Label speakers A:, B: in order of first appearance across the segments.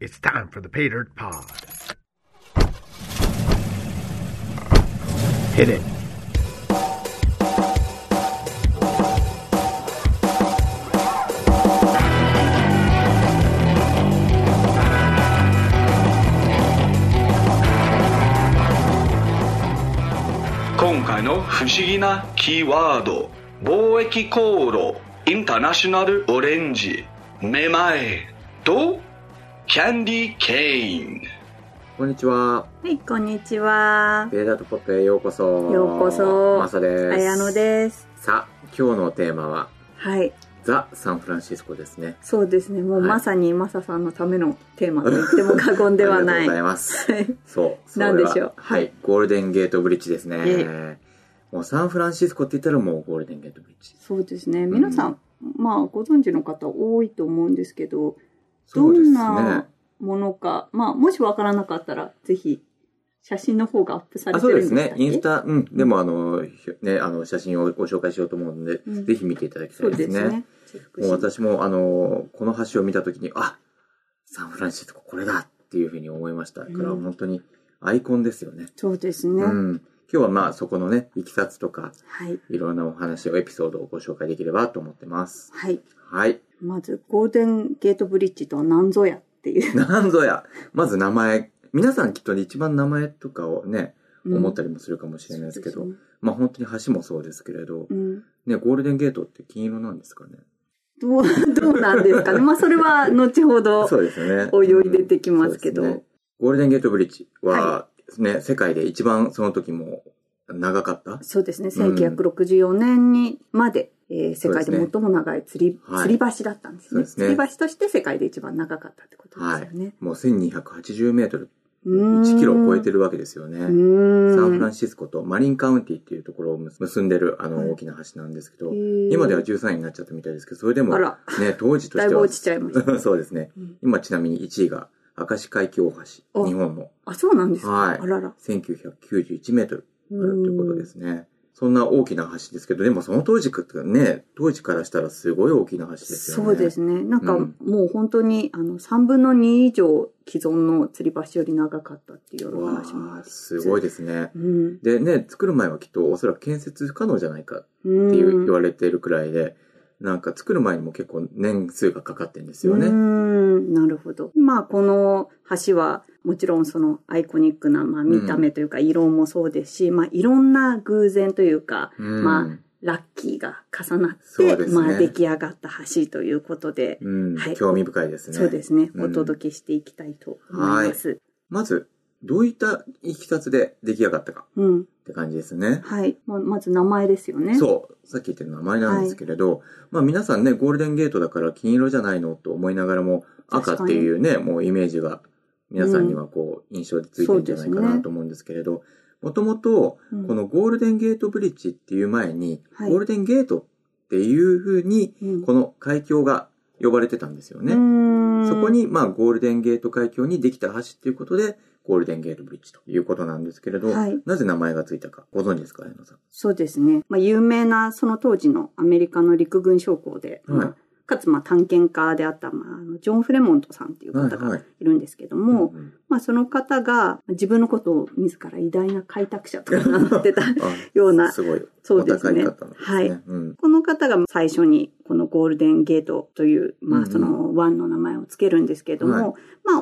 A: It's time for the Pay Dirt Pod. Hit it.
B: 今回の不思議なキーワード貿易航路インターナショナルオレンジめまいとキャンディーケイン
C: こんにちは。
D: はい、こんにちは。
C: ベーダとポットへようこそ。
D: ようこそ
C: マサです。
D: あやのです。
C: さあ、今日のテーマは、
D: はい、
C: ザ・サンフランシスコですね。
D: そうですね。もう
C: はい
D: まさにマサさんのためのテーマと言っても過言では
C: あ
D: な
C: り
D: い。
C: がとうござい
D: は
C: ます。
D: い
C: そう。それ
D: な
C: は
D: んでしょう
C: は
D: はい
C: い。ゴールデンゲートブリッジですね
D: え。
C: もうサンフランシスコって言ったらもうゴールデンゲートブリッジ。
D: そうですね。皆さん、まあご存知の方多いと思うんですけど、
C: そうです
D: どん
C: ね
D: な。ものか、まあもしわからなかったらぜひ写真の方がアップされ
C: あ、
D: て
C: そう
D: るん
C: で
D: ですすか
C: ね。インスタ、うん。でもあの、ひね、あの、写真をご紹介しようと思うので、
D: うん
C: ぜひ見ていただきた
D: そ
C: いうです
D: で
C: ね。
D: すね。チェック
C: もう
D: し
C: 私もあの、この橋を見たときに、あサンフランシスコこれだっていうふうに思いましたから、
D: うん
C: 本当にアイコンですよね。
D: そうですね。
C: うん。今日はまあそこのね、いきさつとか、
D: はい。
C: いろんなお話を、エピソードをご紹介できればと思ってます。
D: はい。
C: はい。
D: まず、ゴールデンゲートブリッジとは何ぞやっていう。
C: なんぞや、まず名前、皆さんきっとね、一番名前とかをね、思った
D: り
C: りもするかもしれないですけど、
D: うん
C: まあ本当に橋もそうですけれど、
D: うん
C: ね、ゴールデンゲートって金色なんですかね。
D: どう、どうなんです かね。まあ、それは後ほど。
C: そうですよね。
D: 泳いでてきますけど
C: うんそうですねゴールデンゲートブリッジは、ね、世界で一番その時も長かった。
D: そうですね。1964年にまで、えー世界で
C: そうですね
D: 最も長い釣り、
C: はい
D: 吊り橋だったんです
C: そう
D: ね
C: ですね
D: 吊り橋として世界で一番長かったってことですよね。
C: もう1280メートル、
D: うーん
C: 1キロを超えて。るわけですよ
D: う
C: ね。サンフ
D: ー
C: ラ
D: ん。
C: ンシスコとマリンカウンティっていうところを結んでるあ
D: はい
C: の大きな橋なんですけど、今
D: 今
C: では13位になっちゃったみたいですけど、それでも
D: あ
C: ね、
D: ら、
C: 当時と
D: だ
C: し
D: い
C: て
D: ぶ
C: は
D: 落、ちちゃいました。
C: そうですね。
D: うん
C: 今ちなみに1位が明石海峡大橋、
D: あ
C: 日本の
D: あ、そうなんですか。
C: はい
D: あらら。
C: 1991メートル。
D: と
C: あるということで。すね。そんな大きな橋ですけど、でもその当時かね、当時からしたらすごい大きな橋ですよね。
D: そうですね。なんか、
C: うん
D: もう本当に、あの、3分の2以上既存の吊り橋より長かったっていうお
C: わ
D: 話もあ
C: あ
D: り
C: すごいですね。
D: うん。
C: でね、作る前はきっとおそらく建設不可能じゃないかって
D: うん
C: いう言われているくらいで、なんか作る前にも結構年数がかかってるんですよ
D: うー
C: ね。
D: ん、なるほど。まあ、この橋は、もちろんそのアイコニックな、まあ、見た目というか、色もそうですし、まあ、いろんな偶然というか、
C: うん
D: まあラッキーが重なっ
C: そう
D: て、
C: ですね
D: まあ、出来上がった橋ということで、
C: うん
D: はい
C: 興味深いですね。
D: そうですね、
C: うん
D: お届けしていきたいと思います。
C: まず、どういったいきさつで出来上がったか
D: うん。
C: って感じですね。
D: はい。まあまず名前ですよね。う。
C: そう。さっき言った名前なんですけれど、まあ皆さんね、ゴールデンゲートだから金色じゃないのと思いながらも、赤
D: 確
C: っ
D: か
C: て
D: に
C: いうね、もうイメージが皆さんにはこう、印象でついてるんじゃないか
D: そうです
C: な
D: ね
C: と思うんですけれど、もともと、このゴールデンゲートブリッジっていう前に、
D: はい
C: ゴールデンゲートっていうふうに、
D: うん、
C: この海峡が呼ばれてたんですよね。
D: ね
C: そこ、に、まあゴールデンゲート海峡にできた橋っていうことで、ゴールデンゲートブリッジということなんですけれど、
D: はい
C: なぜ名前がついたかご存知ですか、綾野さん。
D: そうですね。まあ、有名な、その当時のアメリカの陸軍将校で、
C: はい
D: まあかつ、まあ、探検家であった、まああの、ジョン・フレモントさんっていう方が
C: い。
D: いるんですけども、
C: うんうん
D: まあ、その方が、自分のことを自ら偉大な開拓者と名乗 ってた
C: あ
D: ような、
C: すごい。
D: そうですね
C: お高い方なんですね。
D: はい
C: うん。
D: この方が最初にこのゴールデンゲートという、
C: う
D: ま
C: ん
D: あ
C: うん
D: その湾の名前をつけるんですけども、
C: はい
D: ま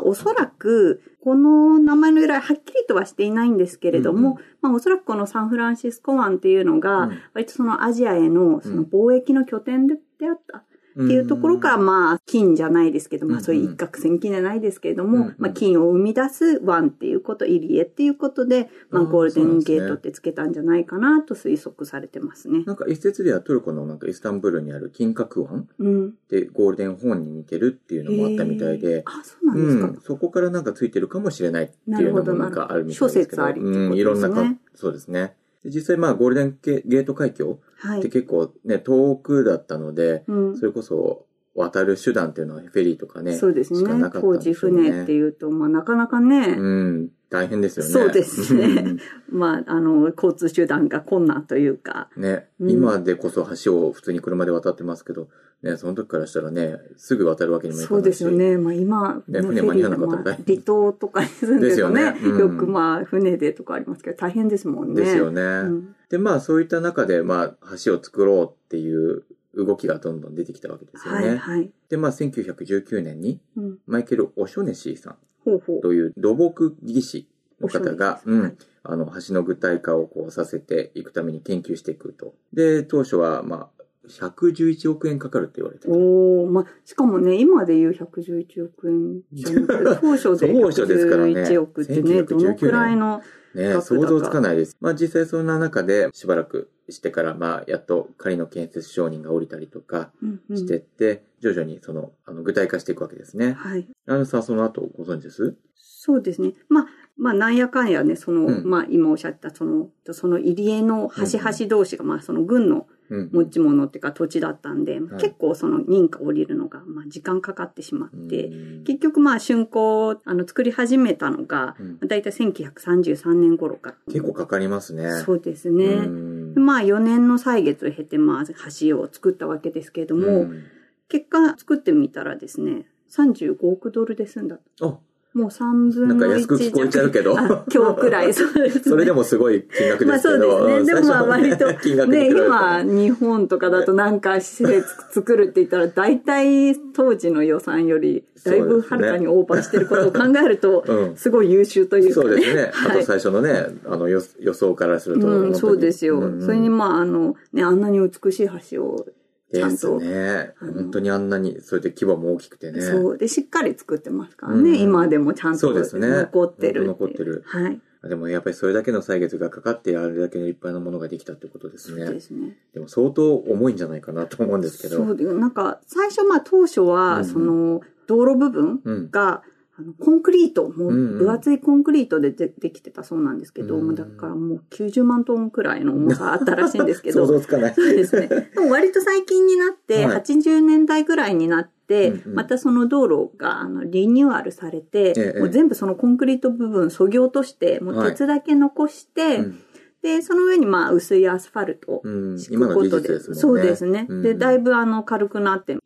D: あおそらくこの名前の由来はっきりとはしていないんですけれども、
C: うんうん
D: まあおそらくこのサンフランシスコ湾っていうのが、
C: うん
D: 割とそのアジアへのその貿易の拠点であったっていうところから、
C: うん
D: まあ金じゃないですけど、
C: うんう
D: まあ
C: ん
D: そういう一攫千金じゃないですけれど
C: うん
D: も、
C: うん
D: まあ金を生み出す湾っていうこと、入り江っていうことで、まあ
C: あー
D: ゴールデ
C: そうなん
D: ン
C: ですね
D: ゲートってつけたんじゃないかなと推測されてますね。
C: なんか一説ではトルコのなんかイスタンブールにある金閣湾
D: うん。
C: でゴールデンホーンに似てるっていうのもあったみたい
D: へー
C: で、
D: あ、そうなんですか。
C: うん、そこからなんかついてるかもしれないっていうのもなんかあるみたいですけど、
D: なるほどなるほど諸説ありってことですね
C: うん、いろんなか、そうですね。で実際まあゴールデンゲゲート海峡
D: は
C: って
D: い。
C: 結構ね、遠くだったので、
D: うん
C: それこそ渡る手段っていうのはフェリーとかね、
D: そうです
C: しかな
D: ね。
C: かったん
D: 当
C: でしょうね
D: 時船っていうと、まあなかなかね、
C: うん、大変ですよね。
D: そうですね
C: うん
D: まああの、交通手段が困難というか、
C: ね、
D: うん
C: 今でこそ橋を普通に車で渡ってますけど、ね、その時からしたらね、すぐ渡るわけにもいか
D: そ
C: な
D: う
C: いし。
D: ですよ。ね。まあ今、
C: ね
D: の
C: 船間に合わなかったら
D: フ
C: 大
D: ェリーのまあ
C: 変
D: 離島とかに住んで
C: です
D: ると
C: よね
D: ね、
C: うん
D: よくまあ船でとかありますけど、大変ですもんね。
C: ですよね。
D: うん
C: で、まあそういった中で、まあ橋を作ろうっていう動きがどんどん出てきたわけですよ
D: は
C: ね。
D: いはい。
C: で、まあ1919年に
D: うん、
C: マイケル・オショネシーさん
D: ほうほう。
C: という土木技師の方が、
D: おしょう
C: うん、あの橋の具体化をこうさせていくために研究していくと。で、当初は、まあ、111億円かかるって言われてる
D: おお、まあ、しかもね、今で言う111億円じゃなく て、当初で
C: 当初ですからね
D: 111億ってね、
C: 1919
D: どのくらいの、
C: ね、
D: 額だ
C: 想
D: か
C: 像つかないです。まあ実際そんな中でしばらくしてから、まあやっと仮の建設承認が降りたりとか
D: うんうん
C: してって、徐々にその、あの具体化していくわけですね。
D: はい。
C: ラムさんその後ご存知です
D: そうですね。まあ、まあ、なんやかんやね、その、
C: うん
D: まあ、今おっしゃった、その、その入り江の端々同士が、まあ、その軍の
C: うん。
D: 持ち物っていうか土地だったんで、
C: はい
D: 結構その認可降りるのが、まあ、時間かかってしまっ
C: うん
D: て、結局まあ、竣工、あの、作り始めたのが、
C: うん
D: だいたい1933年頃から。
C: 結構かかりますね。
D: そうですね。
C: うん
D: まあ4年の歳月を経て、まあ橋を作ったわけですけれども、
C: うん
D: 結果作ってみたらですね、35億ドルで済んだ。
C: あ、
D: もう3分
C: なん
D: の1
C: か安く聞こえちゃうけど。
D: あ今日 くらい、そうですね。
C: それでもすごい金額
D: ま
C: で
D: あ
C: すけ
D: そう
C: ど。
D: ですね。で
C: う
D: も
C: ん
D: まあ割と、
C: 最初のね 金額
D: ね、
C: で比べた
D: 今
C: らね
D: 日本とかだとなんか施設作るって言ったら大体当時の予算よりだいぶはるかにオーバーしてることを考えると、
C: うん
D: すごい優秀というか、
C: そうですね。あ
D: はい
C: と最初のね、あの予予想からすると。
D: うん、そうですよ。
C: 本当
D: それにまあ、あの、ね、あんなに美しい橋をちゃ
C: で
D: ん
C: す
D: と、
C: ね。
D: あの
C: 本当にあんなに、それで規模も大きくてね。
D: そう。で、しっかり作ってますからね。
C: うん
D: 今でもちゃん
C: そ
D: と
C: うですね
D: 残ってる
C: 残ってる
D: はい。
C: でもやっぱりそれだけの歳月がかかって、あれだけの立派なものができたってことです
D: そう
C: ね
D: で。すね。
C: でも相当重いんじゃないかなと思うんですけど。
D: そうで、なんか、最初まあ当初は、
C: うん
D: その、道路部分
C: うん。
D: が、あのコンクリート、もう
C: うんうん
D: 分厚いコンクリートででできてたそうなんですけど、
C: うん
D: だからもう90万トンくらいの重さあったらしいんですけ
C: 想
D: ど、
C: 像つかない。
D: そうですね。でも割と最近になって、
C: はい
D: 80年代ぐらいになって、
C: うんうん
D: またその道路があのリニューアルされて、
C: ええ
D: もう全部そのコンクリート部分削ぎ落として、もう鉄だけ残して、
C: うん
D: で、その上にまあ薄いアスファルトを
C: うん
D: 敷
C: 今
D: く
C: の
D: こ
C: 技
D: と
C: 術
D: で、
C: ですもんね。
D: そうですね。
C: うん
D: で、だいぶあの軽くなって、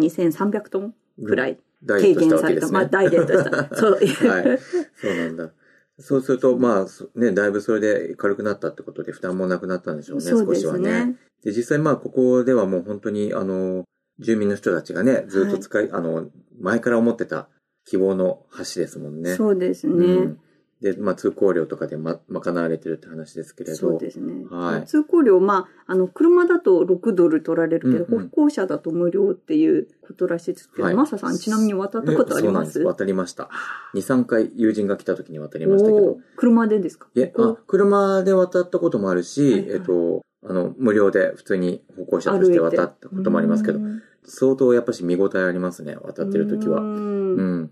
D: 12,300トンくらい
C: ダイエ
D: 軽
C: ットし
D: 減
C: たわ
D: さ
C: けで
D: れた。
C: すね。
D: まあ、ダイエットした。そう。
C: はい。そうなんだ。そうすると、まあ、そね、だいぶそれで軽くなったってことで負担もなくなったんでしょうね、
D: そう
C: 少
D: で
C: しは
D: す
C: ね。
D: ね。
C: で、実際まあ、ここではもう本当に、あの、住民の人たちがね、ずっと使い、あの、前から思ってた希望の橋ですもんね。
D: そうですね。
C: うんで、まあ、通行料とかでま、賄われてるって話ですけれど。
D: そうですね。
C: はい
D: 通行料、まあ、あの、車だと6ドル取られるけど、
C: うんうん
D: 歩行者だと無料っていうことらしいですけど、
C: はい
D: マサさん、ちなみに渡ったことあり
C: そうなん
D: ま
C: ですす。渡りました。2、3回友人が来た時に渡りましたけど
D: おー。車でですか
C: いえ、あ、車で渡ったこともあるし、
D: はいはい
C: えっと、あの、無料で普通に歩行者として渡ったこともありますけど、相当やっぱし見応えありますね、渡ってる時
D: う
C: は。
D: ん
C: うん。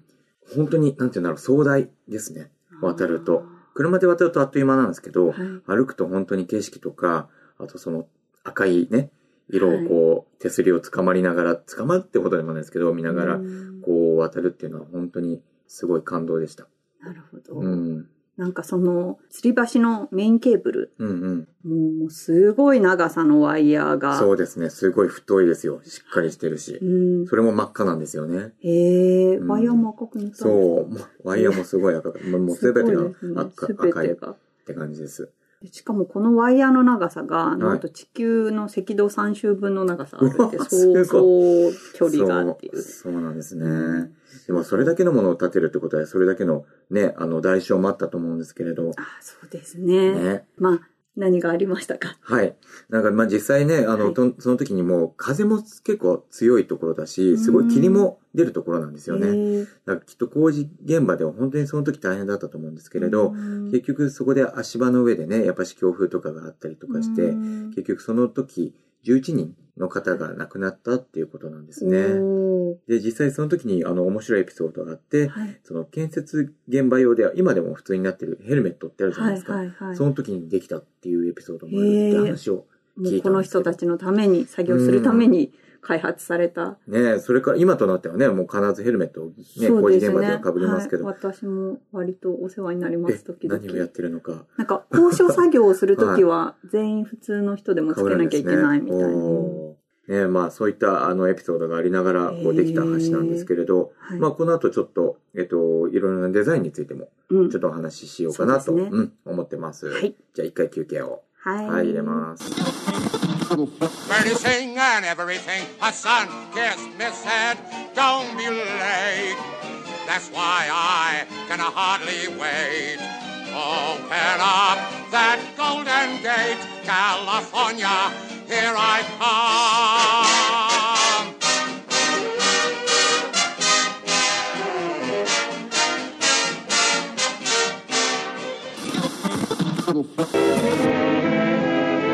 C: 本当に、なんていうんだろう、壮大ですね。渡ると。車で渡るとあっという間なんですけど、
D: あーはい
C: 歩くと本当に景色とか、あとその赤いね、色をこう、手すりをつかまりながら、つかまってほどでもないですけど、見なが
D: う
C: ら、
D: ん
C: こう渡るっていうのは本当にすごい感動でした。
D: なるほど。
C: うん。
D: なんかその、吊り橋のメインケーブル、
C: うんうん。
D: もう、すごい長さのワイヤーが。
C: そうですね。すごい太いですよ。しっかりしてるし
D: う。ん。
C: それも真っ赤なんですよね。
D: へえ、
C: うん
D: ワイヤーも赤くなったんですか
C: そう。もうワイヤーもすごい赤 か。もうもう
D: す
C: 全
D: ご
C: て
D: い
C: が
D: ですね
C: 赤,、
D: 全
C: 赤い
D: て
C: っ
D: が。
C: て感じです。
D: でしかもこのワイヤーの長さが、
C: い
D: なんと地球の赤道3周分の長さあるって、
C: うわ
D: そう、
C: すご
D: そう距離があっていう。
C: そうそうなんですね。でもそれだけのものを建てるってことは、それだけのね、あの、代償もあったと思うんですけれど。
D: あそうですね。
C: ね。
D: まあ、何がありましたか。
C: はい。なんか、まあ、実際ね、あの、
D: はい
C: とその時にもう風も結構強いところだし、すごい霧も出るところなんですよね。
D: へえ
C: だからきっと工事現場では本当にその時大変だったと思うんですけれど、
D: うん
C: 結局そこで足場の上でね、やっぱし強風とかがあったりとかして、
D: うん
C: 結局その時11人の方が亡くなったっていうことなんですね。
D: お
C: で、実際その時にあの面白いエピソードがあって
D: ー、はい。
C: その建設現場用では今でも普通になってるヘルメットってあるじゃないで
D: はい、
C: すか。
D: はい、はい。
C: その時にできたっていうエピソードもあるって話を。
D: もうこの人たちのために、作業するために開発された。
C: ねそれから今となってはね、もう必ずヘルメットをね、
D: そ
C: 工
D: う
C: 事
D: です
C: 現場で
D: ね
C: は。被りますけど、
D: はい、私も割とお世話になりま
C: え
D: す、時々。
C: 何をやってるのか。
D: なんか、交渉作業をするときは、全員普通の人でもつけなきゃいけないみたいな。
C: おーね、まあそういったあのエピソードがありながらこうできた橋なんですけれど、
D: はい
C: まあこの後ちょっと、えっと、いろいろなデザインについても
D: うん
C: ちょっとお話ししようかなと、
D: そうですね
C: うん、思ってます。
D: はい
C: じゃあ一回休憩を。
D: はい。
C: はい、入れます。
E: Everything and everything. A son kissed Miss said, Don't be late. That's why I can hardly wait. Open up that golden gate, California. Here I come.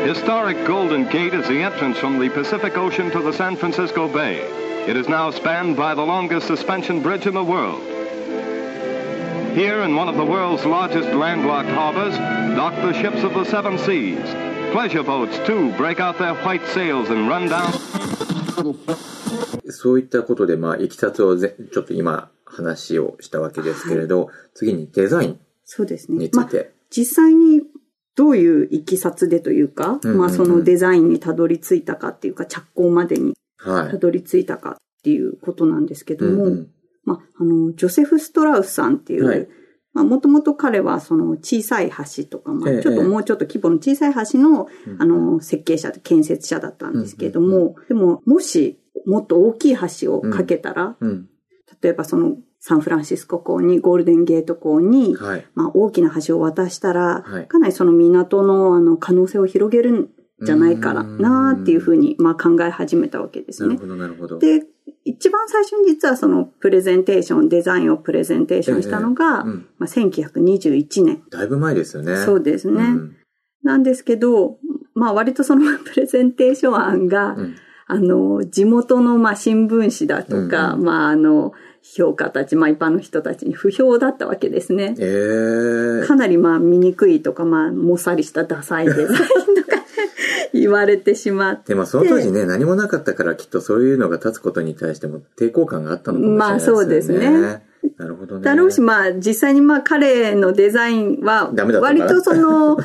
F: Historic Golden Gate is the entrance from the Pacific Ocean to the San Francisco Bay. It is now spanned by the longest suspension bridge in the world. Here, in one of the world's largest landlocked harbors, dock the ships of the seven seas. Pleasure boats, too, break out their white sails and run down.
C: そういったことで、まあ、いきさつをぜちょっと今話をしたわけですけれど、次にデザイン
D: そうですね
C: に。つ
D: ま
C: い
D: あ、
C: て。
D: 実際にどういういきさつでというか、
C: うんうんうん
D: まあそのデザインにたどり着いたかっていうか、着工までに
C: は
D: た
C: い。
D: どり着いたかっていうことなんですけども、
C: うんうん
D: まあ、あの、ジョセフ・ストラウスさんっていう、
C: はい
D: まあ、もともと彼は、その、小さい橋とか、まあ、
C: ええ
D: ちょっと
C: ええ
D: もうちょっと規模の小さい橋の、あの、設計者、建設者だったんですけども、でも、もし、もっと大きい橋を架けたら、
C: うん。
D: 例えばその、サンフランシスコ港に、ゴールデンゲート港に、
C: はい。
D: まあ、大きな橋を渡したら、
C: はい
D: かなりその港の、あの、可能性を広げるんじゃないからなっていうふうに、まあ、考え始めたわけです
C: なる
D: ね
C: ほ。ど、なるほど。
D: で、一番最初に実はそのプレゼンテーション、デザインをプレゼンテーションしたのが、
C: ええうん
D: まあ、1921年。
C: だいぶ前ですよね。
D: そうですね。
C: うん
D: なんですけど、まあ割とその プレゼンテーション案が、
C: ん
D: あの、地元のまあ新聞紙だとか、
C: う
D: まああの、評価たち、まあ一般の人たちに不評だったわけですね。
C: ええ
D: かなりまあ醜いとか、まあもさりしたダサいデザインとか 言われてしまって。
C: でもその当時ね、何もなかったからきっとそういうのが立つことに対しても抵抗感があったのかもしれないですよね。
D: まあそうですね。
C: なるほどね。
D: だろうし、まあ実際にまあ彼のデザインは
C: ダメだ、ったか
D: 割
C: な
D: と その、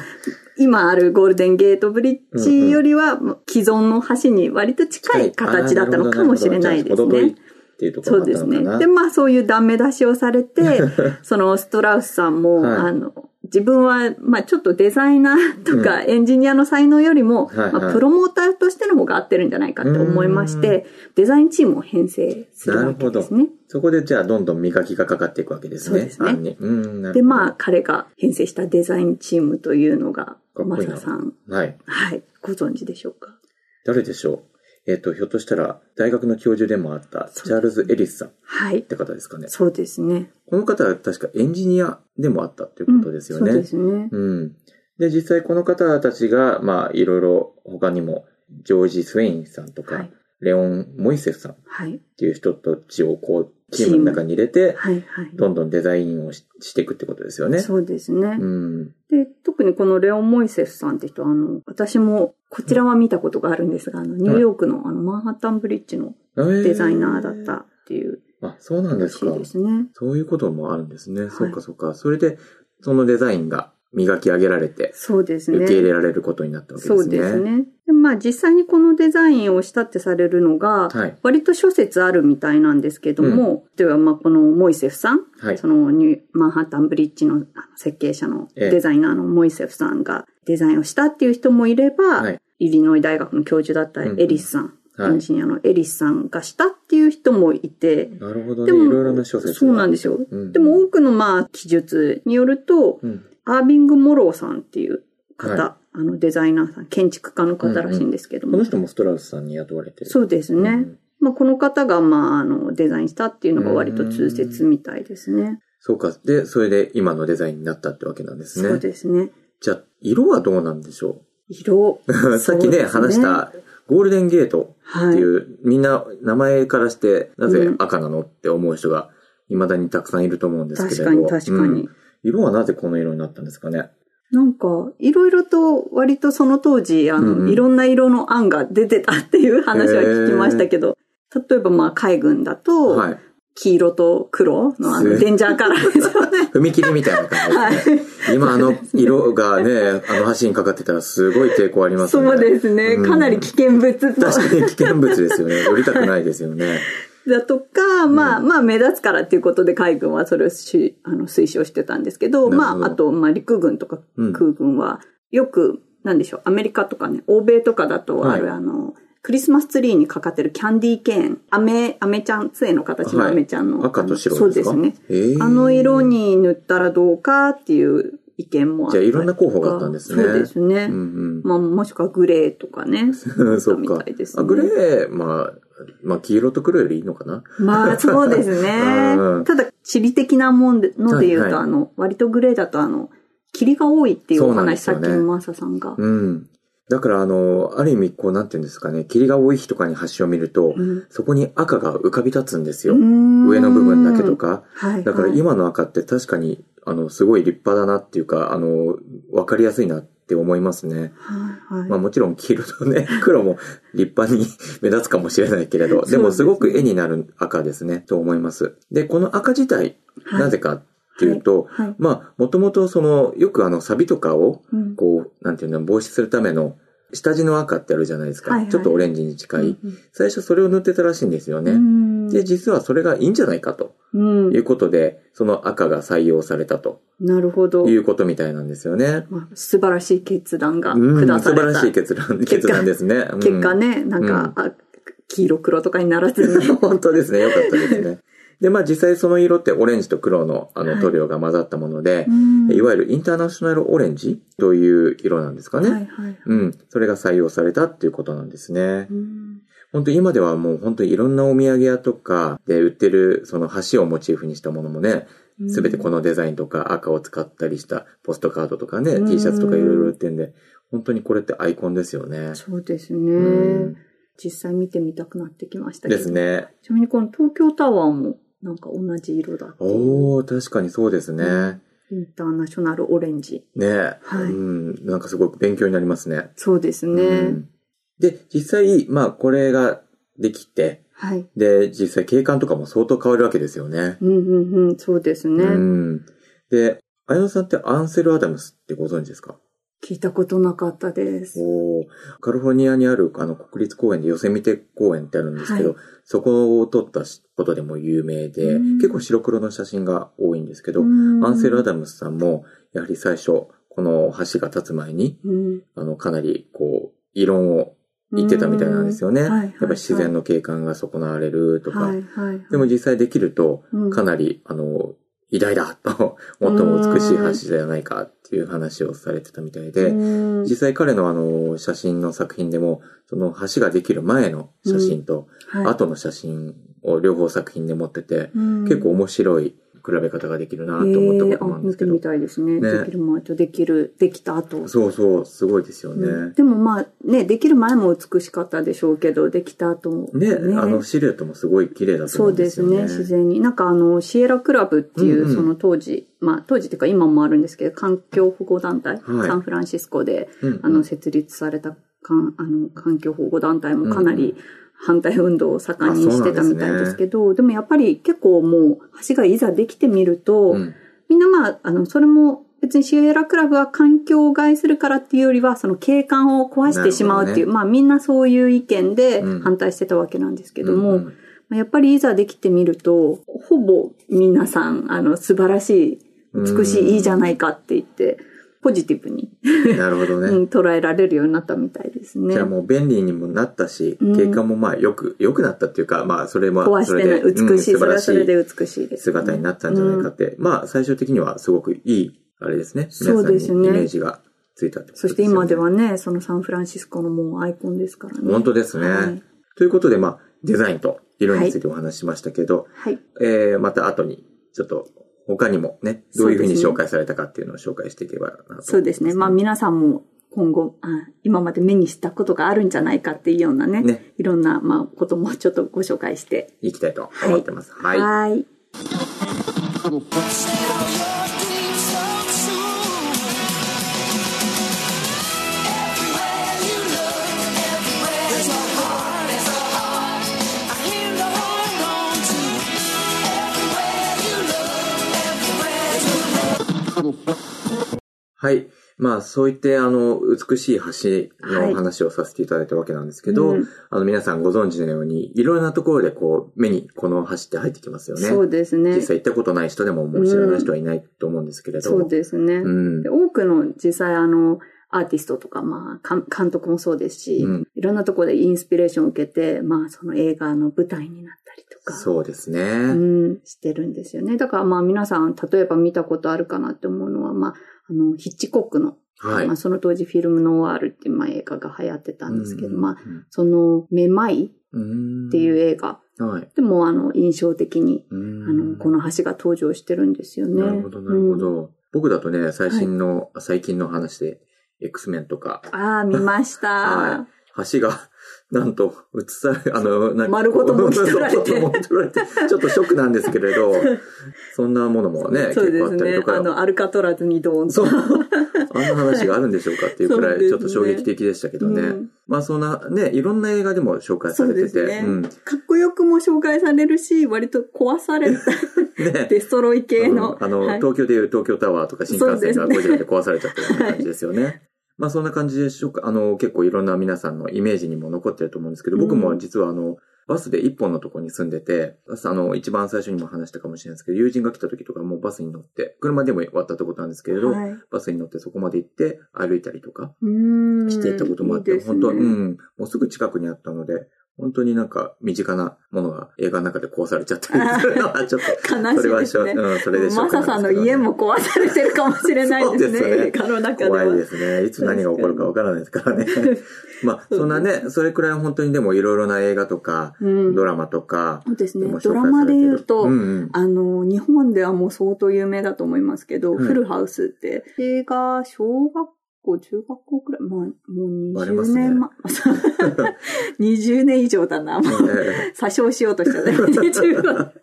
D: 今あるゴールデンゲートブリッジよりは既存の橋に割と近い形だったのかもしれないで
C: あー
D: す
C: るほどるほどじゃあ程遠い
D: ね
C: っ。ていうところ
D: そう
C: だっ
D: で
C: た
D: す
C: のかな。
D: ね。で、まあそういうダメ出しをされて、そのストラウスさんも、
C: はい
D: あの、自分は、まあちょっとデザイナーとかエンジニアの才能よりも、
C: はいはい
D: まあプロモーターとしての方が合ってるんじゃないかって思いまし
C: う
D: て、デザインチームを編成するわけですね。
C: そこでじゃあどんどん磨きがかかっていくわけですね。
D: そうですね
C: 案に。うん、なるほど
D: で、まあ、彼が編成したデザインチームというのが、
C: かっ
D: マ
C: こいい
D: サ
C: な
D: さん、
C: はい。
D: はい、ご存知でしょうか。
C: 誰でしょうえっ、と、ひょっとしたら、大学の教授でもあった、チャールズ・エリスさんっ
D: はい、
C: て方ですかね。
D: そうですね。
C: この方は確かエンジニアでもあったっていうことですよね。
D: うんそうですね。
C: うん。で、実際この方たちが、まあ、いろいろ他にも、ジョージ・スウェインさんとか、
D: はい
C: レオン・モイセフさんっ
D: はい、
C: ていう人たちをこう、チームの中に入れて、
D: はい、はい。
C: どんどんデザインをししていくってことですよね。
D: そうですね、
C: うん。
D: で、特にこのレオン・モイセフさんって人は、あの、私も、こちらは見たことがあるんですが、あの、ニューヨークの、あの、マンハッタンブリッジのデザイナーだったっていう
C: えー。あ、そうなんで
D: ら
C: す
D: し
C: か
D: い。ですね。
C: そういうこともあるんですね。そうかそうか。それで、そのデザインが磨き上げられて、
D: そうですね。
C: 受け入れられることになったわけです
D: そ
C: ね。
D: うです。ね。でまあ実際にこのデザインをしたってされるのが、
C: はい
D: 割と諸説あるみたいなんですけども、例えばまあこのモイセフさん、
C: はい
D: そのニューマンハッタンブリッジのあの設計者の
C: ええ
D: デザイナーのモイセフさんがデザインをしたっていう人もいれば、
C: はい
D: イリノイ大学の教授だったエリスさん、
C: はい
D: エンジニアのエリスさんがしたっていう人もいて、
C: なるほどね。
D: で
C: い
D: も
C: ろいろな小説が。
D: そうなんですよ。
C: うん
D: でも多くのまあ記述によると、
C: うん
D: アービング・モローさんっていう方、
C: は
D: あのデザイナーさん、建築家の方らしいんですけども、
C: この人もストラウスさんに雇われてる。
D: そうですね。
C: うん
D: まあ、この方が、まあ、あの、デザインしたっていうのが割と通説みたいですね。
C: そうか。で、それで今のデザインになったってわけなんですね。
D: そうですね。
C: じゃあ、色はどうなんでしょ
D: 色。
C: う さっき
D: そ
C: ね、
D: うです
C: 話した、ゴールデンゲートっていう、みんな名前からして、なぜ赤なのって思う人が、未だにたくさんいると思うんですけれど。
D: 確かに確かに
C: うん色はなぜこの色になったんですかね。
D: なんか、いろいろと、割とその当時、あの、
C: うんうん
D: いろんな色の案が出てたっていう話は聞きましたけど、例えば、まあ、海軍だと、
C: はい。
D: 黄色と黒のあ
C: すご
D: の
C: い
D: デンジャーカラーですよね。
C: 踏切みたいな 感じですね。今あの色がね、あの橋にかかってたらすごい抵抗ありますね。
D: そうですね。
C: うん
D: かなり危険物と
C: 確かに危険物ですよね。 降りたくないですよね。
D: だとか、まあ、まあ、目立つからっていうことで海軍はそれをしあの推奨してたんですけど、
C: なるほ
D: ま
C: ど
D: あ、あと、まあ、陸軍とか
C: うん
D: 空軍は、よく、なんでしょう、アメリカとかね、欧米とかだとある、
C: はい
D: あの、クリスマスツリーにかかってるキャンディーケーン、アメ、アメちゃん、杖の形のアメちゃんの。
C: はい赤と白
D: あの
C: ですか
D: そうですね。
C: へー
D: あの色に塗ったらどうかっていう意見もあっ
C: じ
D: た
C: ゃあ
D: り
C: い
D: とか
C: ろんな候補があったんですね。
D: そうですね。
C: うん
D: まあ、もしくはグレーとか
C: う
D: ね。
C: ん 。そ
D: そう
C: う
D: み
C: か
D: たいです。ね。
C: あグレー、まあ、まあ黄色と黒よりいいのかな。
D: まあそうですね
C: うん。
D: ただ地理的なもんでので言うと、
C: はいはい
D: あの割とグレーだとあの霧が多いっていうお
C: そうなんで
D: 話
C: すよね
D: さっきのマーサさんが。
C: うん。だからあの、ある意味こうなんていうんですかね、霧が多い日とかに橋を見ると、
D: うん
C: そこに赤が浮かび立つんですよ。上
D: 上
C: の部分だけと。か。
D: はい、はい。
C: だから今の赤って確かに、あの、すごい立派だなっていうか、あの、わかりやすいなって思いますね。
D: はい、はい
C: まあもちろん黄色とね、 黒も立派に目立つかもしれないけれど、でもすごく絵になる赤ですね、と思います。で、この赤自体、
D: はい
C: なぜかっていうと、
D: はいはい
C: まあ、もともとその、よくあの、サビとかを、
D: うん
C: こう、なんていうの、防止するための、下地の赤ってあるじゃないですか。
D: はいはい
C: ちょっとオレンジに近い、
D: うん
C: 最初それを塗ってたらしいんですよね。
D: うん
C: で、実はそれがいいんじゃないかと
D: うん
C: いうことで、その赤が採用されたと
D: なるほど、
C: いうことみたいなんですよね。
D: まあ。素晴らしい決断が
C: うん、
D: 下
C: 素
D: された、
C: 晴らしい決断、
D: 結果
C: 決断ですね。うん
D: 結果ね、なんか、あ黄色黒とかにならずに。
C: 本当ですね。良かったです ね。で、まあ実際その色ってオレンジと黒のあの
D: はい
C: 塗料が混ざったもので、
D: ん
C: いわゆるインターナショナルオレンジという色なんですかね。
D: はいはい。
C: うん。それが採用されたっていうことなんですね
D: う。ん
C: 本当今ではもう本当にいろんなお土産屋とかで売ってるその橋をモチーフにしたものもね、すべてこのデザインとか赤を使ったりしたポストカードとかね、
D: うん
C: T シャツとかいろいろ売ってんで、本当にこれってアイコンですよね。
D: そうです
C: う
D: ね
C: ん。
D: 実際見てみたくなってきましたけ
C: で
D: ど
C: す。ね。
D: ちなみにこの東京タワーもなんか同じ色だっていう。
C: おー、確かにそうですね。
D: うんインターナショナルオレンジ。
C: ねえ、
D: はい
C: うん、なんかすごく勉強になりますね。
D: そうですね。
C: うんで、実際、まあ、これができて、
D: はい。
C: で、実際景観とかも相当変わるわけですよね。
D: うんうんうん、そうですね。
C: うん。で、綾野さんってアンセル・アダムスってご存知ですか
D: 聞いたことなかったです。
C: おーカリフォルニアにあるあの国立公園でヨセミテ公園ってあるんですけど、
D: は
C: そこを撮ったことでも有名で、
D: うん
C: 結構白黒の写真が多いんですけど、
D: うん
C: アンセル・アダムスさんも、やはり最初、この橋が立つ前に、
D: うん。
C: あの、かなり、こう、異論を言ってたみたいなんですよね。
D: うんはいはいはい
C: やっぱり自然の景観が損なわれるとか。
D: はいはいはい。
C: でも実際できると
D: う、ん
C: かなり、あの、偉大だと、 最も美しい橋じゃないかっていう話をされてたみたいで、
D: うん
C: 実際彼のあの、写真の作品でも、その橋ができる前の写真と、
D: はい
C: 後の写真を両方作品で持ってて、
D: うん
C: 結構面白い比べ方ができるなと思ったこともあるんですけ
D: えーあ
C: ど
D: 見てみ。たいですね。
C: ね
D: できる前とできる、できた後。
C: そうそう、すごいですよ
D: うん
C: ね。
D: でもまあね、できる前も美しかったでしょうけど、できた後も。
C: ね、あのシルエットもすごい綺麗だと
D: そ
C: 思う
D: うん
C: で
D: ですす
C: よ
D: ね、
C: ね。
D: 自然に。なんかあの、シエラクラブっていう、
C: うんうん
D: その当時、まあ当時っていうか今もあるんですけど、環境保護団体、
C: はい
D: サンフランシスコで、
C: うんうん
D: あの、設立されたかんあの環境保護団体もかなり反対運動を盛んにしてたみたいですけど、でもやっぱり結構もう橋がいざできてみると、
C: うん
D: みんなまあ、あの、それも、別にシエラクラブは環境を害するからっていうよりは、その景観を壊してしまうっていう、まあみんなそういう意見で
C: うん
D: 反対してたわけなんですけど
C: う
D: も、
C: んうん
D: まあやっぱりいざできてみると、ほぼ皆さん、あの、素晴らしい、美し
C: うん
D: い、いいじゃないかって言って、ポジティブに、
C: なるほどね。
D: うん 捉えられるようになったみたいですね
C: じゃあ。もう便利にもなったし、景観もまあよく、良くなったっていうか、まあそれも、
D: 壊し
C: そ
D: て
C: れ
D: ない、
C: でうん
D: 美しい、
C: 素
D: そ
C: 晴
D: れ
C: ら
D: は
C: し
D: それで
C: い
D: 美しいです、
C: 姿になったんじゃないかって、まあ最終的にはすごくいい、あれですね。
D: そうです
C: 皆さ
D: ね
C: んにイメージがついたってことです
D: そ
C: よね
D: して今ではね、そのサンフランシスコのもうアイコンですからね。
C: 本当ですね。
D: はい
C: ということで、まあデザインと色についてお話しましたけど、
D: はい。
C: えー、また後に、ちょっと、他にもね、どういうふうに紹介されたかっていうのを紹介していけばなと思います
D: そうですね。まあ皆さんも今後、あ今まで目にしたことがあるんじゃないかっていうようなね、
C: ね
D: いろんな、まあ、こともちょっとご紹介して。
C: いきたいと思ってます。はい。
D: はい。
G: There's a heart, there's a heart. I hear the heart on too.
C: はい。まあ、そういって、あの、美しい橋
D: は
C: の
D: い
C: 話をさせていただいたわけなんですけど、
D: うん
C: あの、皆さんご存知のように、いろいろなところで、こう、目にこの橋って入ってきますよね。
D: そうですね
C: 実。際行ったことない人でも、もう知らない人はいないと思うんですけれど。
D: そうですね。
C: うん
D: で。多くの実際あの、アーティストとか、まあ、かん監督もそうですし、
C: うん
D: いろんなところでインスピレーションを受けて、まあ、その映画の舞台になったりとか。
C: そうですね。
D: うん、してるんですよね。だからまあ皆さん、例えば見たことあるかなって思うのは、まあ、あの、ヒッチコックの、
C: はい
D: まあその当時フィルムノワールっていうまあ映画が流行ってたんですけど、まあ、
C: あ、
D: その、めまい
C: うん。
D: っていう映画、
C: はい。
D: でもあの、印象的に、
C: あ
D: あの、この橋が登場してるんですよね。
C: なるほど、なるほ
D: うん
C: ど。僕だとね、最新の、最近の話で、X メンとか、
D: ああ、見ました。
C: はい。橋が、なんと、映され、あの、なんか
D: 丸ごともぎ取られ て
C: そうそうそうもぎ取られてちょっとショックなんですけれ ど、そんなものもね、
D: そう
C: 結
D: で
C: 構あっ
D: す
C: たり
D: ね
C: と。か、
D: あの、アルカトラズにドーンと。
C: そうあんな話があるんでしょうかっていうくらい、ち
D: そ
C: ょっと
D: うですね
C: 衝撃的でしたけどね。
D: うん
C: まあ、そんな、ね、いろんな映画でも紹介されて
D: そう
C: て、
D: ですね
C: ん。
D: かっこよくも紹介されるし、割と壊された、
C: ね
D: デストロイ系の。
C: うんあの、
D: はい
C: 東京でいう東京タワーとか新幹線
D: そ
C: が
D: うで
C: ゴ
D: すね
C: ジラで壊されちゃったような感じですよね。まあそんな感じでしょうか。あの、結構いろんな皆さんのイメージにも残ってると思うんですけど、僕も実はあの、バスで一本のとこに住んでて、あの、一番最初にも話したかもしれないですけど、友人が来た時とかもうバスに乗って、車でも渡ったことなんですけれど、
D: はい
C: バスに乗ってそこまで行って歩いたりとかし
D: して
C: いったこともあって、
D: いいですね
C: 本当、うん、もうすぐ近くにあったので、本当になんか身近なものが映画の中で壊されちゃったりするのはちょっと
D: 悲しいですね。
C: それはしょうんそれでショッ
D: マ
C: クなん
D: サ
C: ですけどね
D: さんの家も壊されてるかもしれないですね。
C: そうですね
D: 映画の中では。
C: 怖いですね。いつ何が起こるかわからないですからね。 まあ、そんなね、それくらい本当にでもいろいろな映画とか、
D: うん
C: ドラマとか、
D: そうですね
C: も紹介
D: ドラマで言うと
C: されてるうん
D: あの、日本ではもう相当有名だと思いますけど、
C: はい
D: フルハウスって、映画、小学校、中学校くらい、もう、もう
C: ありま
D: 20
C: すね
D: 年前、20年以上だな、も
C: う
D: う。
C: ん え
D: 詐称しようとしちゃった。20 2、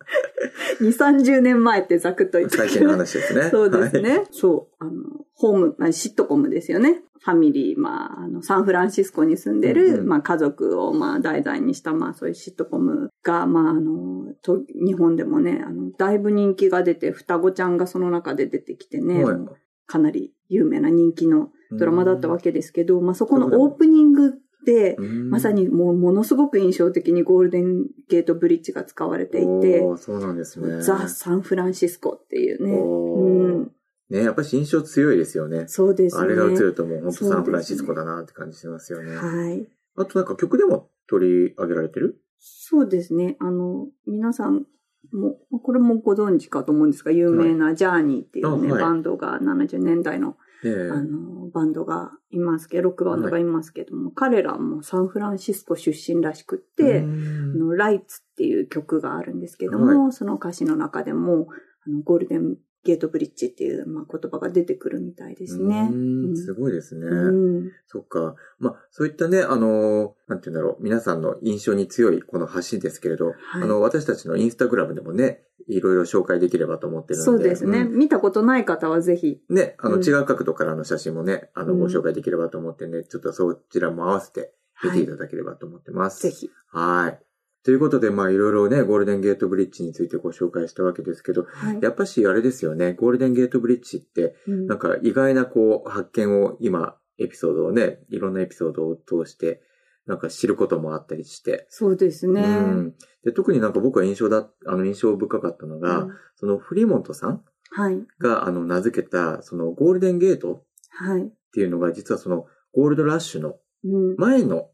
D: 30年前ってざくっと言
C: え
D: って
C: 最近の話ですね。
D: そうです
C: はい。
D: ね。そう。あの、ホーム、まあ、シットコムですよね。ファミリー、まあ、あの、サンフランシスコに住んでる、
C: うんうん
D: まあ、家族を、まあ、題材にした、まあ、そういうシットコムが、まあ、あの、と日本でもね、あの、だいぶ人気が出て、双子ちゃんがその中で出てきてね、
C: はい
D: もうかなり有名な人気のドラマだったわけですけど、まあ、そこのオープニングで、
C: うん
D: まさにもう、ものすごく印象的にゴールデンゲートブリッジが使われていて、
C: おーそうなんですね。
D: ザ・サンフランシスコっていうね。
C: お
D: う
C: ー
D: ん
C: ね、やっぱり印象強いですよね。
D: そうですね。
C: あれが映るともう本当
D: そうですね
C: サンフランシスコだなって感じしますよね。
D: はい。
C: あとなんか曲でも取り上げられてる
D: そうですね。あの、皆さんも、これもご存知かと思うんですが、有名なジャーニーっていうね、
C: あはい
D: バンドが、70年代の、
C: ええ
D: あの、バンドがいますけど、ロックバンドがいますけども、彼らもサンフランシスコ出身らしくって、
C: うん
D: あの、ライツっていう曲があるんですけども、その歌詞の中でも、あのゴールデンゲートブリッジっていう、まあ、言葉が出てくるみたいですね。
C: うん
D: うん
C: すごいですね。
D: うん
C: そっか。まあ、そういったね、あの、なんて言うんだろう、皆さんの印象に強いこの橋ですけれど、あの、私たちのインスタグラムでもね、いろいろ紹介できればと思ってるので。
D: そうですね、
C: ん
D: 見たことない方はぜひ。
C: ね、あの、
D: うん
C: 違う角度からの写真もね、あの、
D: うん
C: ご紹介できればと思ってね、ちょっとそちらも合わせて見ていただければと思ってます。
D: ぜひ。
C: はい。ということで、まあ、いろいろね、ゴールデンゲートブリッジについてご紹介したわけですけど、
D: はい
C: やっぱし、あれですよね、ゴールデンゲートブリッジって、
D: うん
C: なんか意外なこう発見を今エピソードをね、いろんなエピソードを通してなんか知ることもあったりして。
D: そうですね。
C: うん、で特になんか僕は印象だ、あの印象深かったのが、
D: うん
C: そのフリーモントさん
D: はい。
C: があの名付けたそのゴールデンゲートっ
D: はい。
C: ていうのが実はそのゴールドラッシュの
D: うん。
C: 前の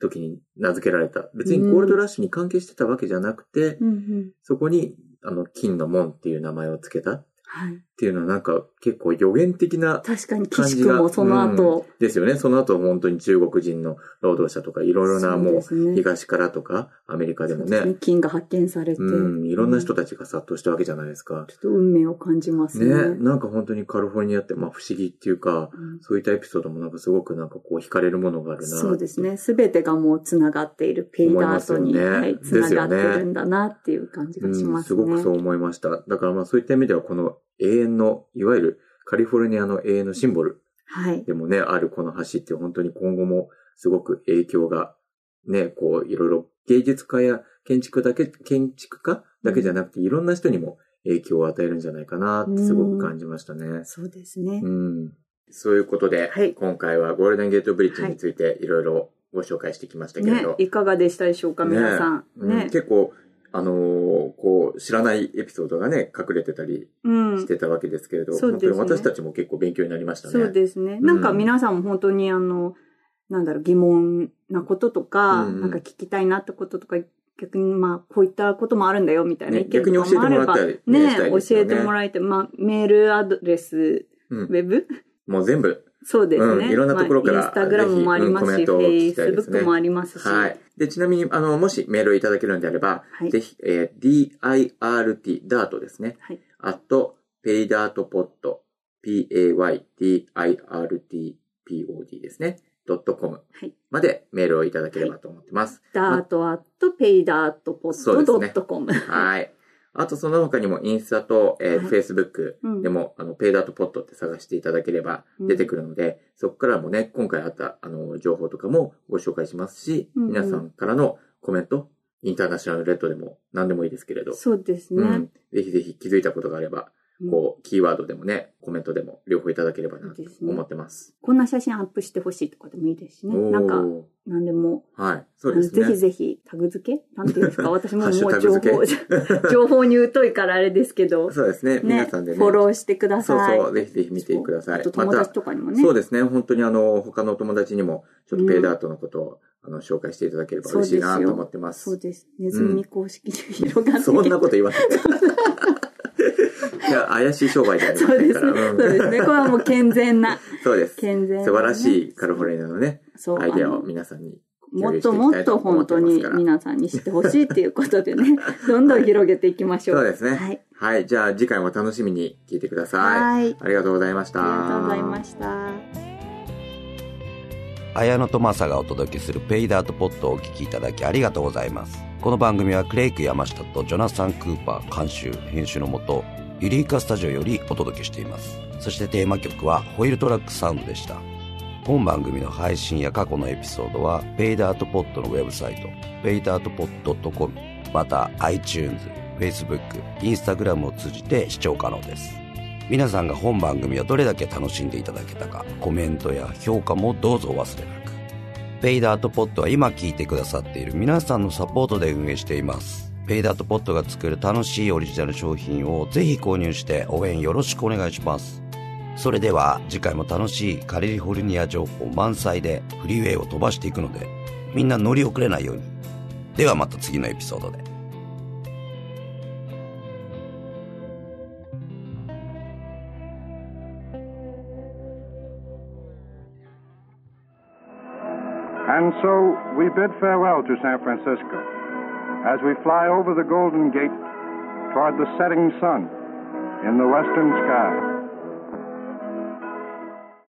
C: 時に名付けられた。別にゴールドラッシュに関係してたわけじゃなくて、
D: うんうん。
C: そこにあの金の門っていう名前を付けたっ
D: はい。
C: ていうのはなんか結構予言的な
D: 確かに、
C: 感
D: 岸
C: じ
D: 君
C: が
D: もその後、
C: うんですよね。その後本当に中国人の労働者とかいろいろな
D: そう
C: も
D: ですね
C: う東からとかアメリカでも
D: そうです
C: ね
D: ね、金が発見されて、
C: うん、いろんな人
D: う
C: たちが殺到したわけじゃないですか
D: ちょ。っと運命を感じます
C: ね、
D: ね。
C: なんか本当にカリフォルニアってまあ不思議っていうか、
D: うん
C: そういったエピソードもなんかすごくなんかこう惹かれるものがあるな。
D: そうですね。すべてがもう繋がっている、ペイダートに、
C: 思いますよね
D: はい、
C: ですよね
D: 繋がってるんだなっていう感じ
C: う
D: が
C: ん
D: しますすね。
C: ごくそう思いました。だからまあそういった意味ではこの永遠の、いわゆるカリフォルニアの永遠のシンボル
D: はい。
C: でもね、あるこの橋って本当に今後もすごく影響が、ね、こういろいろ芸術家や建築だけ、建築家だけじゃなくていろんな人にも影響を与えるんじゃないかなってすごく感じましたね。
D: そうですね
C: う。ん。そういうことで、
D: はい
C: 今回はゴールデンゲートブリッジについていろいろご紹介してきましたけれ
D: ね
C: ど。、
D: いかがでしたでしょうか、皆さん。
C: うん
D: ね。
C: 結構、あのーこう、知らないエピソードがね、隠れてたり
D: うん
C: し。てたわけですけれど、
D: そう
C: 本
D: で
C: 当
D: す
C: に
D: ね
C: 私たちも結構勉強になりましたね。
D: そうですね。なんか皆さんも本当にあの、なんだろう、疑問なこととか、
C: うんうん
D: なんか聞きたいなってこととか、逆にまあ、こういったこともあるんだよみたいな
C: ね
D: 意見とかもあれば、
C: 逆に教えてもらったりねしたいです
D: 教
C: よ
D: え
C: ね
D: てもらえて、まあ、メールアドレス、
C: うん
D: ウェブ
C: もう全部。
D: そうですね。
C: うんいろんなところから
D: まあインスタグラムもあります
C: ぜひ
D: し、
C: うんコ
D: フ
C: メントを
D: ェ
C: 聞
D: イ
C: きたい
D: スブ
C: です
D: ッ
C: ね
D: クもありますし、
C: はい。で、ちなみに、あの、もしメールをいただけるんであれば、
D: はい
C: ぜひ、えー dirt、ダートですね。
D: はい。
C: at paydirtpod, p-a-y-d-i-r-t-p-o-d ですね。.com
D: はい
C: までメールをいただければと思ってます。
D: ダートアットペイダートポ
C: そう
D: ッ
C: です
D: トド
C: ね
D: ットコム。
C: はい。あと、その他にもインスタと、えー
D: はい
C: Facebook でも、あの、ペイダートポットって探していただければ
D: うん
C: 出てくるので、そこからもね、今回あった、あの、情報とかもご紹介しますし、
D: うんうん
C: 皆さんからのコメント、インターナショナルレッドでも何でもいいですけれど、
D: そうですね。
C: うん。ぜひぜひ気づいたことがあれば、こう、キーワードでもね、コメントでも両方いただければなと
D: そうですね
C: 思ってます。
D: こんな写真アップしてほしいとかでもいいですしね。なんか、
C: お
D: なんでも
C: ーはい。そう
D: あの
C: ですね。
D: ぜひぜひ、タグ付けなんていうんです か私も
C: ハッシ
D: も
C: ュタ
D: う
C: グ
D: 情
C: 付け
D: 報、 情報に疎いからあれですけ ど、
C: そうですね。
D: ね、
C: 皆さんでね。
D: フォローしてくだ
C: そう
D: さい。
C: そう、ぜひぜひ見てください。
D: あと友
C: ま
D: 達
C: た
D: とかにもね。
C: そうですね。本当にあの、他のお友達にも、ちょっとペイダートのことを、あの、紹介していただければ嬉しいな
D: そうですよ
C: と思ってま
D: そう
C: す。
D: です。ネズミ公式に広がって、
C: そんなこと言わない。 いや、怪しい商売ではありま
D: そう
C: せん
D: で
C: か
D: す
C: ら。
D: ね。
C: う
D: そ
C: ん
D: うですね。これはもう健全 な。
C: そうです。
D: 健全なね
C: 素晴らしいカルフォルニアのね、
D: そう
C: アイデア
D: あ
C: を
D: の
C: 皆さんに共
D: もっ
C: 有してい
D: と
C: き
D: も
C: た
D: っ
C: いと
D: と
C: 思っ
D: 本
C: て
D: 当
C: ます
D: に
C: から。
D: 皆さんに知ってほしいっていうことでね、どんどん広げていきましょう。
C: そうですね。
D: はい。
C: はい。じゃあ次回も楽しみに聞いてください。
D: はい。
C: ありがとうございまし
D: あ
C: た。
D: りがとうございました。
G: 綾野とマサがお届けするペイダートポットをお聞きいただきありがとうございます。この番組はクレイク山下とジョナサン・クーパー監修、編集のもと、ユリーカスタジオよりお届けしています。そしてテーマ曲はホイールトラックサウンドでした。本番組の配信や過去のエピソードは、ペイダートポットのウェブサイト、ペイダートポット .com、また iTunes、Facebook、Instagram を通じて視聴可能です。皆さんが本番組をどれだけ楽しんでいただけたかコメントや評価もどうぞお忘れなくペイダートポットは今聞いてくださっている皆さんのサポートで運営していますペイダートポットが作る楽しいオリジナル商品をぜひ購入して応援よろしくお願いしますそれでは次回も楽しいカリフォルニア情報満載でフリーウェイを飛ばしていくのでみんな乗り遅れないようにではまた次のエピソードで
F: And so we bid farewell to San Francisco as we fly over the Golden Gate toward the setting sun in the western sky.